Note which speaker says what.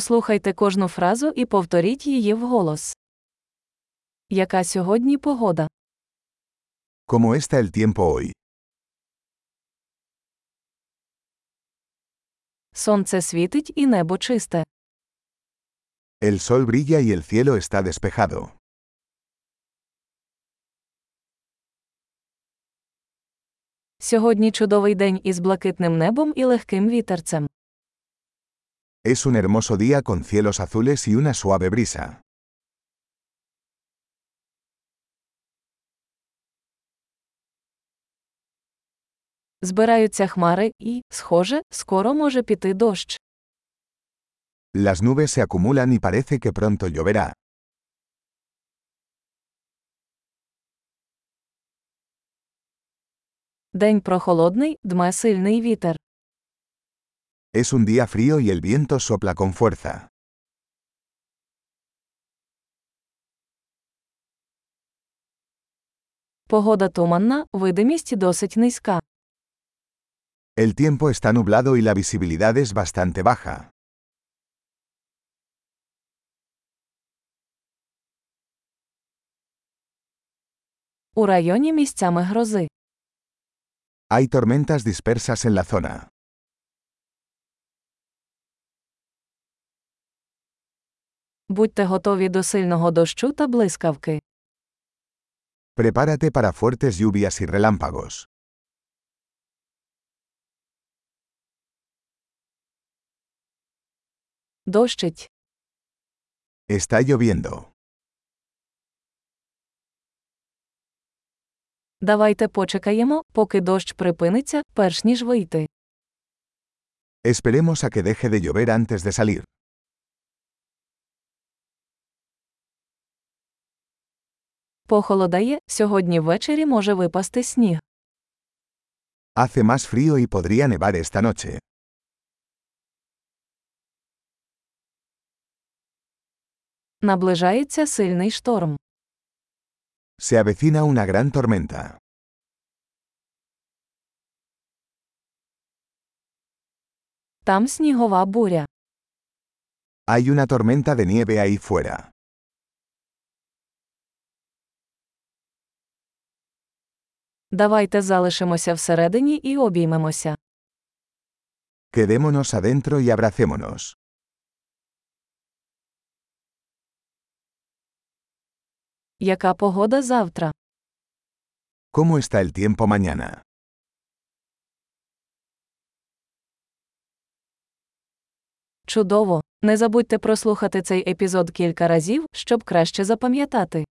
Speaker 1: Послухайте кожну фразу і повторіть її вголос. Яка сьогодні погода?
Speaker 2: ¿Cómo está el tiempo hoy?
Speaker 1: Сонце світить і небо чисте.
Speaker 2: El sol brilla y el cielo está despejado.
Speaker 1: Сьогодні чудовий день із блакитним небом і легким вітерцем.
Speaker 2: Es un hermoso día con cielos azules y una suave brisa.
Speaker 1: Збираються хмари і, схоже, скоро може піти дощ.
Speaker 2: Las nubes se acumulan y parece que pronto lloverá.
Speaker 1: День прохолодний, дме сильний вітер.
Speaker 2: Es un día frío y el viento sopla con fuerza.
Speaker 1: Погода туманна, видимість досить низька.
Speaker 2: El tiempo está nublado y la visibilidad es bastante baja.
Speaker 1: У районі місцями грози.
Speaker 2: Hay tormentas dispersas en la zona.
Speaker 1: Будьте готові до сильного дощу та блискавки.
Speaker 2: Prepárate para fuertes lluvias y relámpagos.
Speaker 1: Дощить.
Speaker 2: Está lloviendo.
Speaker 1: Давайте почекаємо, поки дощ припиниться, перш ніж вийти.
Speaker 2: Esperemos a que deje de llover antes de salir.
Speaker 1: Похолодає, сьогодні ввечері може випасти сніг.
Speaker 2: Hace más frío y podría nevar esta noche.
Speaker 1: Наближається сильний шторм.
Speaker 2: Se avecina una gran tormenta.
Speaker 1: Там снігова буря.
Speaker 2: Hay una tormenta de nieve ahí fuera.
Speaker 1: Давайте залишимося всередині і обіймемося.
Speaker 2: Quedémonos adentro y abracémonos.
Speaker 1: Яка погода завтра?
Speaker 2: ¿Cómo está el tiempo mañana?
Speaker 1: Чудово! Не забудьте прослухати цей епізод кілька разів, щоб краще запам'ятати.